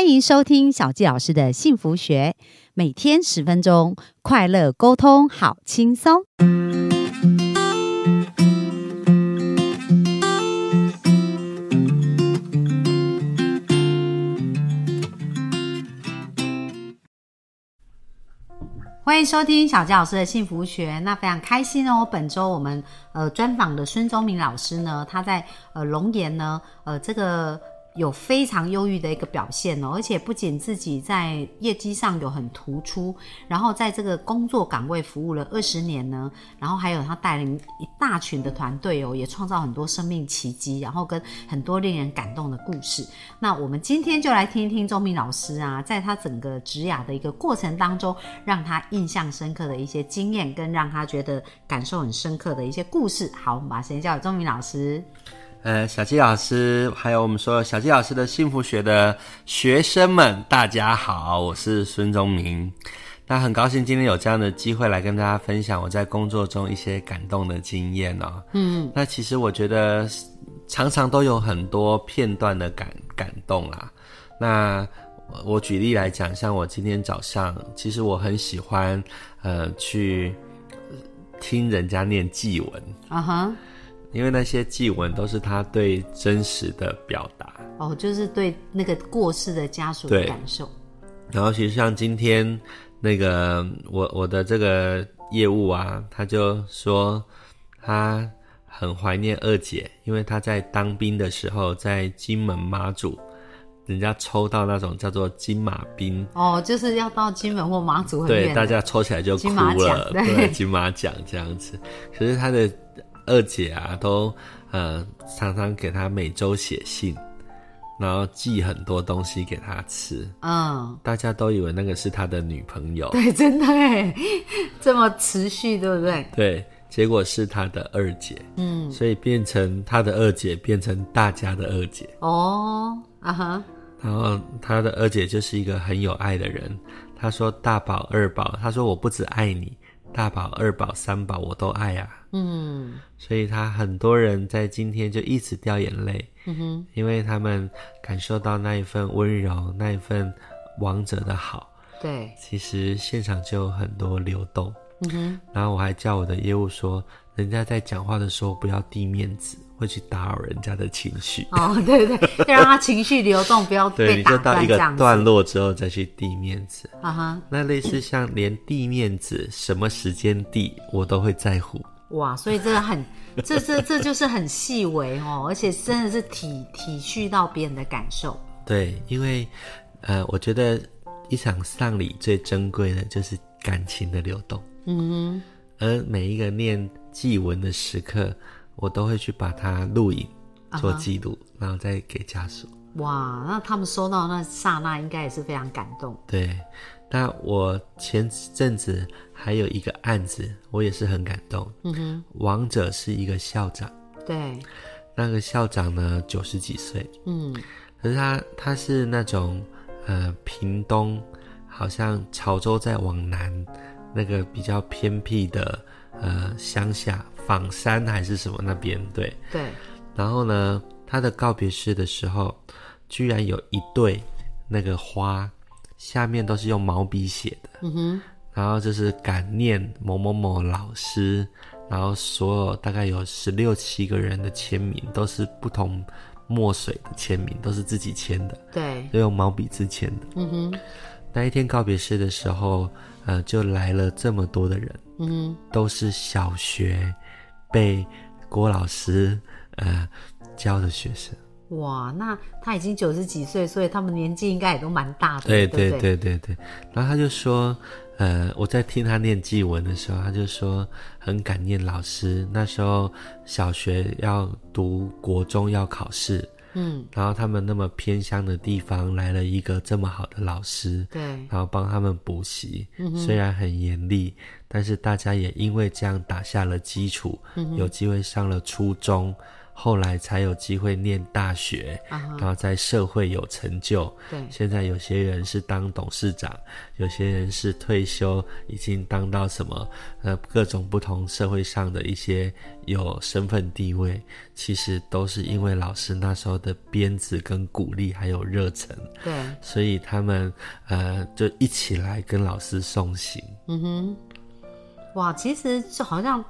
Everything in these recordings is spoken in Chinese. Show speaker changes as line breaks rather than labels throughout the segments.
欢迎收听小纪老师的幸福学，每天十分钟，快乐沟通，好轻松。欢迎收听小纪老师的幸福学。那非常开心哦，本周我们呃专访的孙宗明老师呢，他在呃龙岩呢，呃这个有非常优异的一个表现哦，而且不仅自己在业绩上有很突出，然后在这个工作岗位服务了二十年呢，然后还有他带领一大群的团队哦，也创造很多生命奇迹，然后跟很多令人感动的故事。那我们今天就来听一听周明老师啊，在他整个职涯的一个过程当中，让他印象深刻的一些经验，跟让他觉得感受很深刻的一些故事。好，我们把时间交给周明老师。
呃，小纪老师，还有我们所有小纪老师的幸福学的学生们，大家好，我是孙宗明。那很高兴今天有这样的机会来跟大家分享我在工作中一些感动的经验哦。嗯，那其实我觉得常常都有很多片段的感感动啦。那我我举例来讲，像我今天早上，其实我很喜欢呃去呃听人家念祭文，
啊哈，
因为那些祭文都是他对真实的表达。
哦，就是对那个过世的家属的
对
感受。
然后其实像今天那个我我的这个业务啊，他就说他很怀念二姐，因为他在当兵的时候在金门马祖，人家抽到那种叫做金马兵
哦，就是要到金门或马祖很
对，
远
大
的，
家抽起来就哭
金马
了
奖，对
对，金马奖这样子。可是他的二姐啊，都呃常常给他每周写信，然后寄很多东西给他吃，
嗯，
大家都以为那个是他的女朋友，
对，真的哎，这么持续，对不对？
对，结果是他的二姐，
嗯，
所以变成他的二姐变成大家的二姐。
哦，啊哈，
然后他的二姐就是一个很有爱的人，她说大宝二宝，她说我不只爱你，大宝二宝三宝我都爱啊。
嗯
所以他很多人在今天就一直掉眼泪，
嗯哼，
因为他们感受到那一份温柔，那一份王者的好。
对，
其实现场就有很多流动，
嗯哼，
然后我还叫我的业务说，人家在讲话的时候不要递面子，会去打扰人家的情绪。
哦，对对，对要让他情绪流动，不要
对，
被
你就
打断
到一
这
个
样子。
段落之后再去递面子。
啊哈，
那类似像连递面子、什么时间递，我都会在乎。
哇，所以这个很，这这这就是很细微哦，而且真的是体体恤到别人的感受。
对，因为呃，我觉得一场丧礼最珍贵的就是感情的流动，
嗯
而每一个念祭文的时刻，我都会去把它录影
啊
做记录然后再给家属。
哼，哇，那他们收到那刹那，应该也是非常感动。
对，那我前阵子还有一个案子，我也是很感动。
嗯哼，
王者是一个校长，
对，
那个校长呢九十几岁，
嗯，
可是他他是那种呃屏东，好像潮州再往南那个比较偏僻的呃乡下仿山还是什么那边对。
对，
然后呢，他的告别式的时候，居然有一对那个花下面都是用毛笔写的，
嗯哼，
然后就是感念某某某老师，然后所有大概有十六七个人的签名都是不同墨水的签名，都是自己签的，
对，
都用毛笔字签的。
嗯哼，
那一天告别式的时候，呃，就来了这么多的人，
嗯哼，
都是小学被郭老师呃教的学生。
哇，那他已经九十几岁，所以他们年纪应该也都蛮大的，
对
不
对
对
对对对。然后他就说，呃，我在听他念祭文的时候，他就说很感念老师。那时候小学要读国中要考试，
嗯，
然后他们那么偏乡的地方来了一个这么好的老师，
对，
然后帮他们补习。
嗯
虽然很严厉，
嗯
但是大家也因为这样打下了基础，有机会上了初中。后来才有机会念大学，
啊哈
然后在社会有成就。
对
现在有些人是当董事长，有些人是退休，已经当到什么呃各种不同社会上的一些有身份地位，其实都是因为老师那时候的鞭子跟鼓励还有热忱，
对，
所以他们呃就一起来跟老师送行。
哇，其实就好像。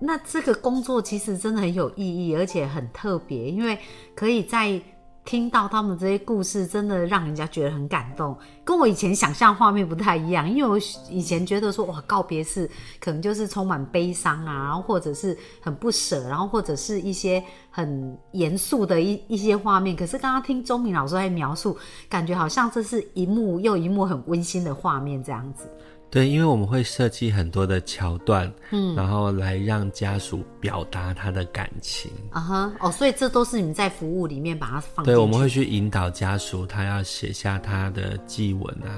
那这个工作其实真的很有意义，而且很特别，因为可以在听到他们这些故事，真的让人家觉得很感动，跟我以前想象画面不太一样。因为我以前觉得说，哇，告别式可能就是充满悲伤啊，然后或者是很不舍，然后或者是一些很严肃的一一些画面。可是刚刚听钟明老师在描述，感觉好像这是一幕又一幕很温馨的画面这样子。
对，因为我们会设计很多的桥段，嗯，然后来让家属表达他的感情。
啊哈，哦，所以这都是你们在服务里面把它放进去。
对，我们会去引导家属，他要写下他的祭文啊，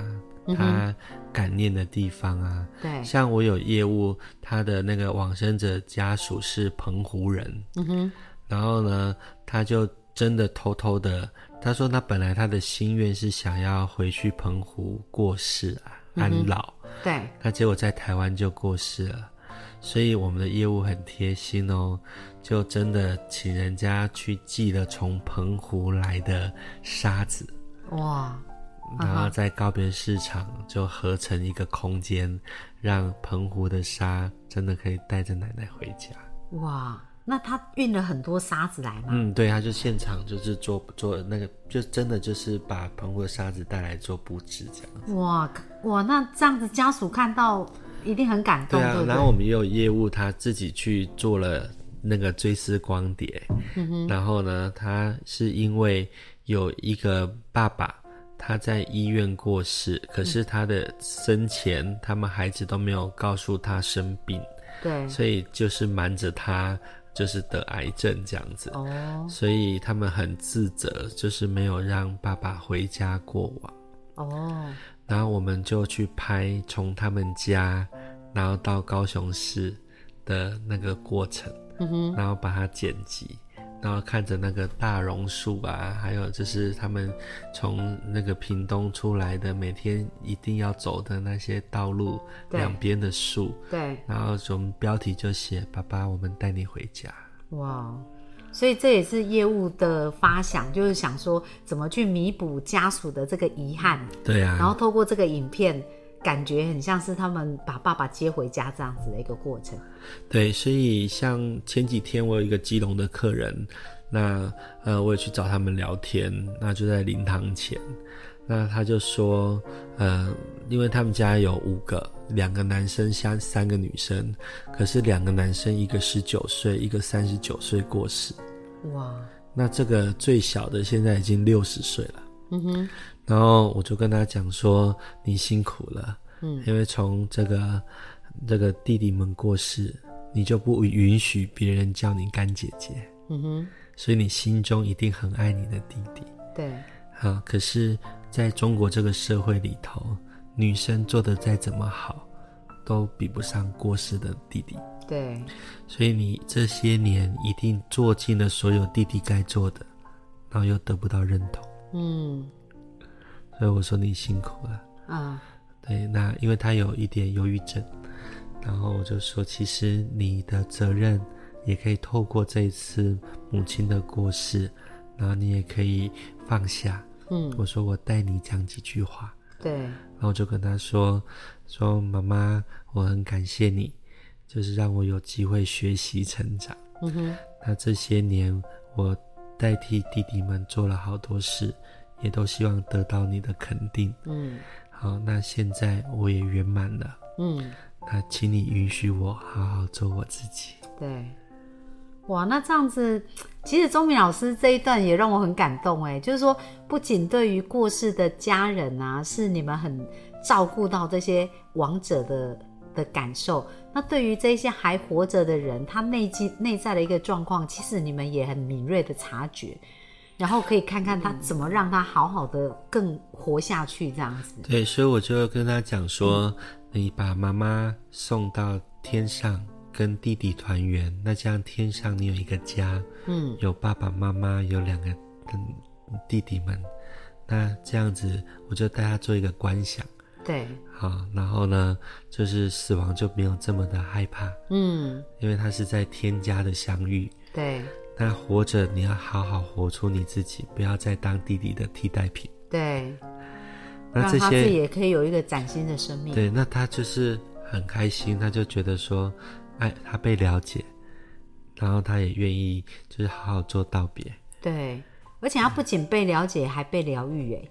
嗯
他感念的地方啊。
对
像我有业务，他的那个往生者家属是澎湖人，嗯哼，然后呢，他就真的偷偷的，他说他本来他的心愿是想要回去澎湖过世啊，安老，
对
那结果在台湾就过世了，所以我们的业务很贴心哦，就真的请人家去寄了从澎湖来的沙子，
哇，
然后在告别市场就合成一个空间，让澎湖的沙真的可以带着奶奶回家。
哇，那他运了很多沙子来嘛？
嗯，对，他就现场就是做做那个，就真的就是把澎湖的沙子带来做布置这样。
哇哇，那这样子家属看到一定很感动，
对
对,、
啊，
不
然后我
对？
们也有业务，他自己去做了那个追思光碟，然后呢，他是因为有一个爸爸。他在医院过世，可是他的生前，他们孩子都没有告诉他生病，
对
所以就是瞒着他，就是得癌症这样子，
哦
所以他们很自责，就是没有让爸爸回家过往。
哦，
然后我们就去拍从他们家，然后到高雄市的那个过程，
嗯
然后把它剪辑，然后看着那个大榕树啊，还有就是他们从那个屏东出来的，每天一定要走的那些道路
对
两边的树，
对
然后我们标题就写“爸爸，我们带你回家”。
哇。所以这也是业务的发想，就是想说怎么去弥补家属的这个遗憾，
对啊，
然后透过这个影片，感觉很像是他们把爸爸接回家这样子的一个过程。
对，所以像前几天我有一个基隆的客人，那呃我也去找他们聊天，那就在灵堂前，那他就说，呃，因为他们家有五个，两个男生三三个女生，可是两个男生一个十九岁，一个三十九岁过世，
哇，
那这个最小的现在已经六十岁了，嗯哼，然后我就跟他讲说，你辛苦了，嗯，因为从这个这个弟弟们过世，你就不允许别人叫你干姐姐，
嗯哼，
所以你心中一定很爱你的弟弟，
对
啊，可是在中国这个社会里头，女生做的再怎么好，都比不上过世的弟弟，
对，
所以你这些年一定做尽了所有弟弟该做的，然后又得不到认同，
嗯
所以我说你辛苦了。
啊，
对，那因为他有一点忧郁症，然后我就说，其实你的责任也可以透过这一次母亲的过世，然后你也可以放下。
嗯，
我说我带你讲几句话，
对
然后我就跟他说，说妈妈，我很感谢你，就是让我有机会学习成长。
嗯哼，
那这些年，我代替弟弟们做了好多事，也都希望得到你的肯定。
嗯
好，那现在我也圆满了，
嗯，
那请你允许我好好做我自己。
对。哇，那这样子，其实钟明老师这一段也让我很感动哎，就是说，不仅对于过世的家人啊，是你们很照顾到这些亡者的的感受，那对于这些还活着的人，他内心内在的一个状况，其实你们也很敏锐的察觉，然后可以看看他怎么让他好好的更活下去，这样子。
对，所以我就跟他讲说，你把妈妈送到天上，跟弟弟团圆，那这样天上你有一个家，
嗯，
有爸爸妈妈，有两个嗯弟弟们，那这样子我就带他做一个观想，
对，
好，然后呢，就是死亡就没有这么的害怕，
嗯，
因为他是在天家的相遇。
对，
那活着你要好好活出你自己，不要再当弟弟的替代品。
对，
那
让
这
他自己
些
也可以有一个崭新的生命。
对，那他就是很开心，他就觉得说，哎，他被了解，然后他也愿意就是好好做道别。
对，而且他不仅被了解，还被疗愈，哎，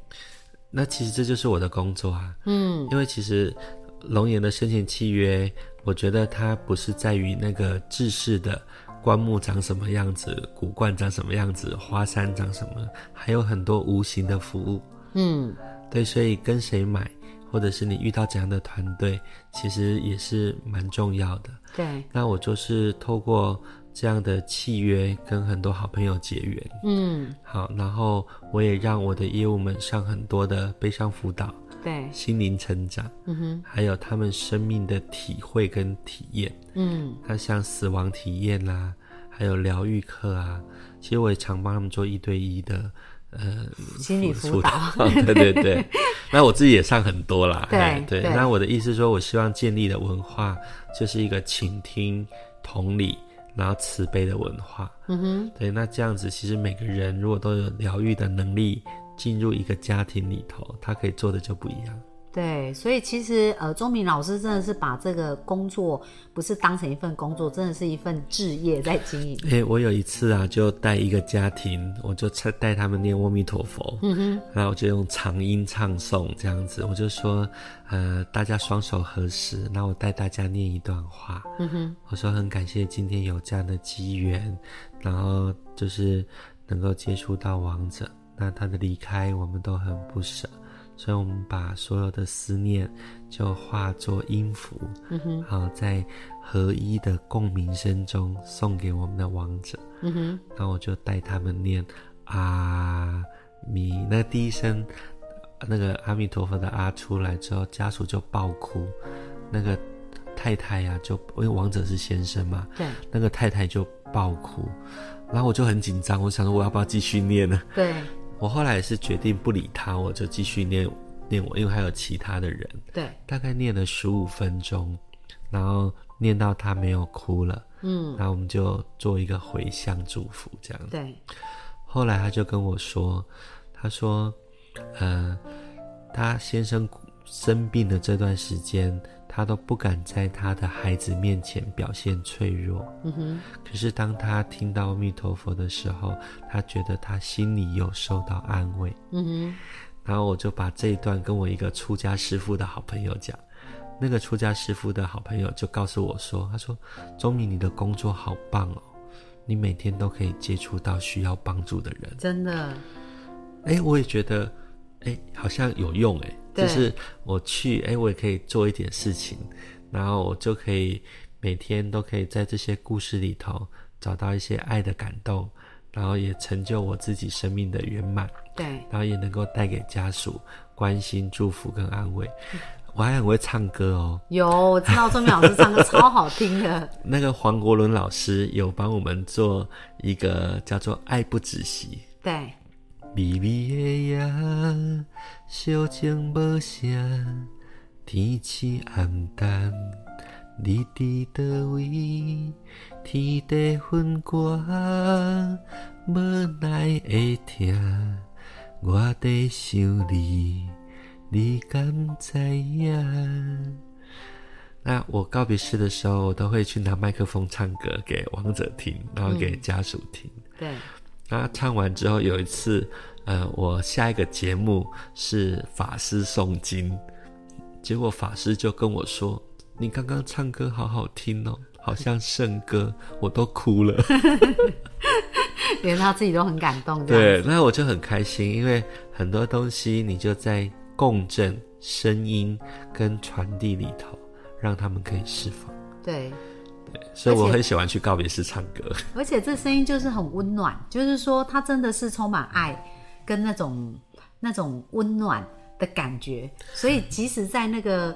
那其实这就是我的工作啊，
嗯，
因为其实龙岩的生前契约，我觉得它不是在于那个制式的棺木长什么样子，古冠长什么样子，花山长什么，还有很多无形的服务。
嗯，
对，所以跟谁买，或者是你遇到怎样的团队，其实也是蛮重要的。
对，
那我就是透过这样的契约，跟很多好朋友结缘。
嗯，
好，然后我也让我的业务们上很多的悲伤辅导、
对，
心灵成长，
嗯哼，
还有他们生命的体会跟体验。
嗯，
那像死亡体验啦、还有疗愈课啊，其实我也常帮他们做一对一的，呃，
心理辅导，
对对 对。那我自己也上很多啦，
对
哎对。
对
那我的意思说，我希望建立的文化就是一个倾听、同理，然后慈悲的文化。
嗯哼，
对，那这样子，其实每个人如果都有疗愈的能力，进入一个家庭里头，他可以做的就不一 样。
对，所以其实呃，钟明老师真的是把这个工作不是当成一份工作，真的是一份置业在经营。
哎、我有一次啊，就带一个家庭，我就带带他们念阿弥陀佛，嗯哼，然后我就用长音唱诵这样子，我就说，呃，大家双手合十，那我带大家念一段话，嗯哼，我说很感谢今天有这样的机缘，然后就是能够接触到王者，那他的离开我们都很不舍，所以我们把所有的思念就化作音符，嗯哼，好在合一的共鸣声中送给我们的王者。
嗯哼，
然后我就带他们念啊弥，那第一声那个阿弥陀佛的啊出来之后，家属就爆哭，那个太太呀、就因为王者是先生嘛，
对，
那个太太就爆哭，然后我就很紧张，我想说我要不要继续念呢？
对，
我后来也是决定不理他，我就继续念念我，因为还有其他的人，
对，
大概念了十五分钟，然后念到他没有哭了，
嗯，
然后我们就做一个回向祝福这样。
对，
后来他就跟我说，他说，呃，他先生生病的这段时间，他都不敢在他的孩子面前表现脆弱。
嗯哼，
可是当他听到阿弥陀佛的时候，他觉得他心里有受到安慰。
嗯哼，
然后我就把这一段跟我一个出家师傅的好朋友讲，那个出家师傅的好朋友就告诉我说，他说：“钟明，你的工作好棒哦，你每天都可以接触到需要帮助的人。
真的，”
哎，我也觉得，哎，好像有用哎，
对
就是我去，哎，我也可以做一点事情，然后我就可以每天都可以在这些故事里头找到一些爱的感动，然后也成就我自己生命的圆满。
对，
然后也能够带给家属关心、祝福跟安慰。我还很会唱歌哦，
有，我知道钟明老师唱歌超好听的，
那个黄国伦老师有帮我们做一个叫做《爱不止息
对，》。
微微的夜，小静无声，天气暗淡，你伫倒位？天地昏寒，无奈的疼，我在想你，你敢知影？那我告别式的时候，我都会去拿麦克风唱歌给王者听，然后给家属听。
对，
那唱啊完之后，有一次，呃，我下一个节目是法师诵经，结果法师就跟我说：“你刚刚唱歌好好听哦，好像圣歌， 我都哭 了。
连他自己都很感动”，这样，
对，那我就很开心，因为很多东西你就在共振、声音跟传递里头，让他们可以释放。
对。
所以我
而且
很喜欢去告别式唱歌。
而且这声音就是很温暖，就是说它真的是充满爱跟那种那种温暖的感觉。所以即使在那个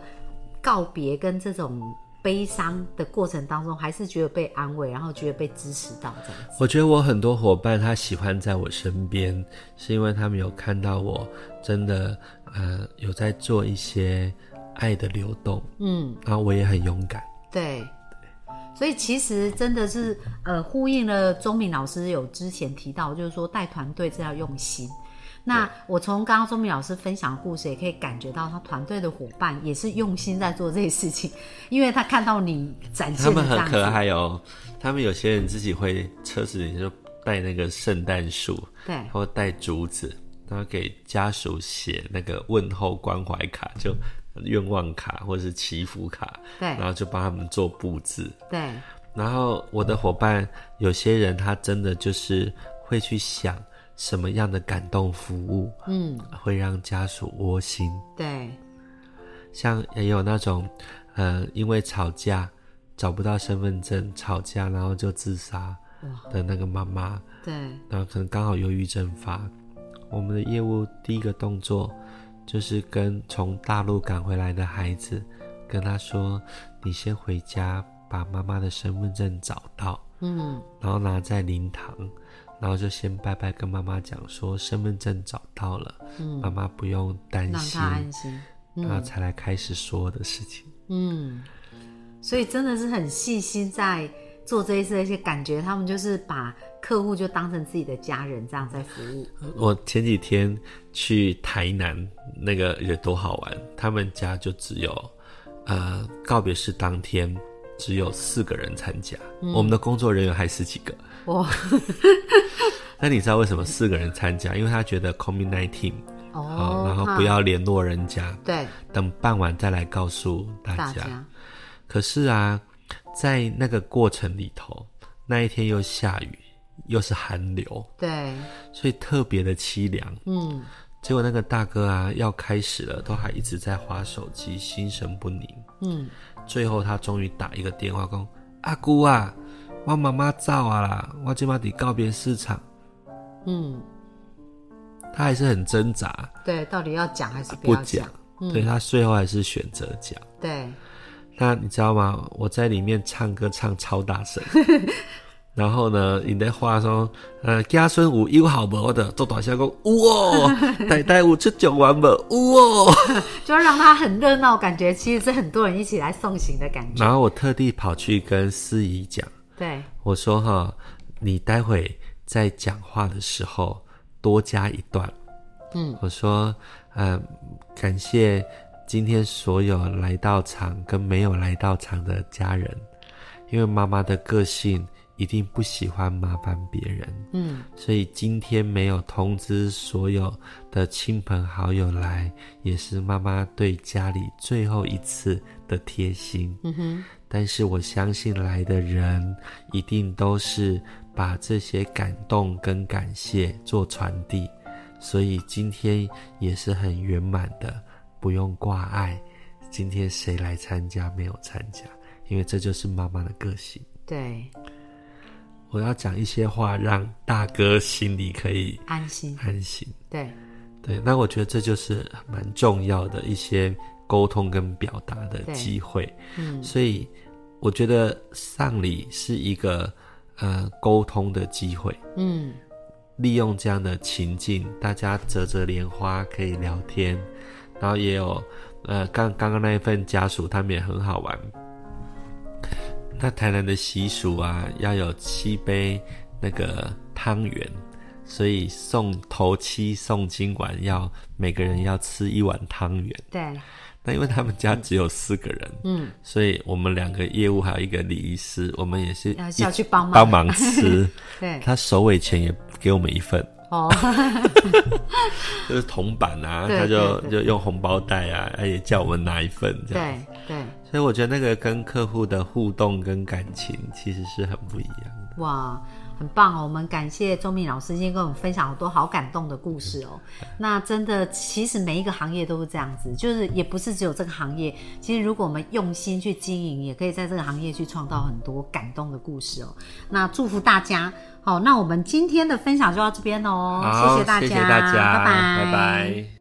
告别跟这种悲伤的过程当中，还是觉得被安慰，然后觉得被支持到这样子。
我觉得我很多伙伴他喜欢在我身边，是因为他们有看到我真的呃有在做一些爱的流动，
嗯，
然后我也很勇敢。
对。所以其实真的是呃，呼应了钟敏老师有之前提到，就是说带团队这要用心。那我从刚刚钟敏老师分享的故事，也可以感觉到他团队的伙伴也是用心在做这些事情，因为他看到你展
他
现的
们
这
很
样
可
子，
爱哦，他们有些人自己会车子里就带那个圣诞树，
对
或带竹子，然后给家属写那个问候关怀卡，就愿望卡或者是祈福卡，
对
然后就帮他们做布置。
对
然后我的伙伴有些人他真的就是会去想什么样的感动服务，嗯，会让家属窝心。
对
像也有那种，呃，因为吵架找不到身份证，吵架然后就自杀的那个妈妈，
对
然后可能刚好忧郁症发，我们的业务第一个动作就是跟从大陆赶回来的孩子，跟他说：“你先回家，把妈妈的身份证找到，
嗯，
然后拿在灵堂，然后就先拜拜，跟妈妈讲说身份证找到了，妈妈不用担
嗯让
心
他。”安心。
然后才来开始说的事情。
嗯，所以真的是很细心在做这一次的一些感觉，他们就是把客户就当成自己的家人这样在服务。
我前几天去台南，那个也多好玩。他们家就只有，呃，告别式当天只有四个人参加，
嗯
我们的工作人员还十几个。
哇，
那你知道为什么四个人参加？因为他觉得 COVID nineteen 好，
哦，
然 后
哈
不要联络人家，
对
等办完再来告诉
大
大家。
家，
可是啊，在那个过程里头，那一天又下雨，又是寒流，
对，
所以特别的凄凉。
嗯，
结果那个大哥啊，要开始了，都还一直在划手机，心神不宁。
嗯，
最后他终于打一个电话，讲：“阿姑啊，我妈妈走啊啦，我今晚得告别市场。
嗯，”
他还是很挣扎，
对，到底要讲还是
不
要
讲。嗯对他最后还是选择讲。
对，
那你知道吗？我在里面唱歌唱超大声，然后呢，你的话说，呃，家孙有有好无的，做大声讲，有哦，大大有出奖玩无，有哦。
就要让他很热闹，感觉其实是很多人一起来送行的感觉。
然后我特地跑去跟司仪讲，
对，
我说哈，你待会在讲话的时候多加一段。
嗯，
我说，呃，感谢今天所有来到场跟没有来到场的家人，因为妈妈的个性一定不喜欢麻烦别人，
嗯，
所以今天没有通知所有的亲朋好友来，也是妈妈对家里最后一次的贴心。
嗯哼，
但是我相信来的人一定都是把这些感动跟感谢做传递，所以今天也是很圆满的，不用挂碍。今天谁来参加没有参加，因为这就是妈妈的个性。
对，
我要讲一些话，让大哥心里可以
安心，
安心。
对，
对，那我觉得这就是蛮重要的一些沟通跟表达的机会。
嗯，
所以我觉得丧礼是一个呃沟通的机会，
嗯，
利用这样的情境，大家折折莲花可以聊天，然后也有呃刚刚刚那一份家属他们也很好玩。那台南的习俗啊，要有七杯那个汤圆，所以送头七送今晚要每个人要吃一碗汤圆。
对，
那因为他们家只有四个人，
嗯，
所以我们两个业务还有一个礼仪师，我们也是
要
一
下去帮忙，
帮忙吃。
对，
他首尾前也给我们一份，
哦，
就是铜板啊，
对
他就
对
就用红包袋啊，他也叫我们拿一份这样。
对对，
所以我觉得那个跟客户的互动跟感情其实是很不一样的。
哇，很棒哦！我们感谢钟敏老师今天跟我们分享好多好感动的故事哦。那真的，其实每一个行业都是这样子，就是也不是只有这个行业。其实如果我们用心去经营，也可以在这个行业去创造很多感动的故事哦。那祝福大家。好，那我们今天的分享就到这边哦，
好，
谢大家，
谢谢大家，
拜
拜拜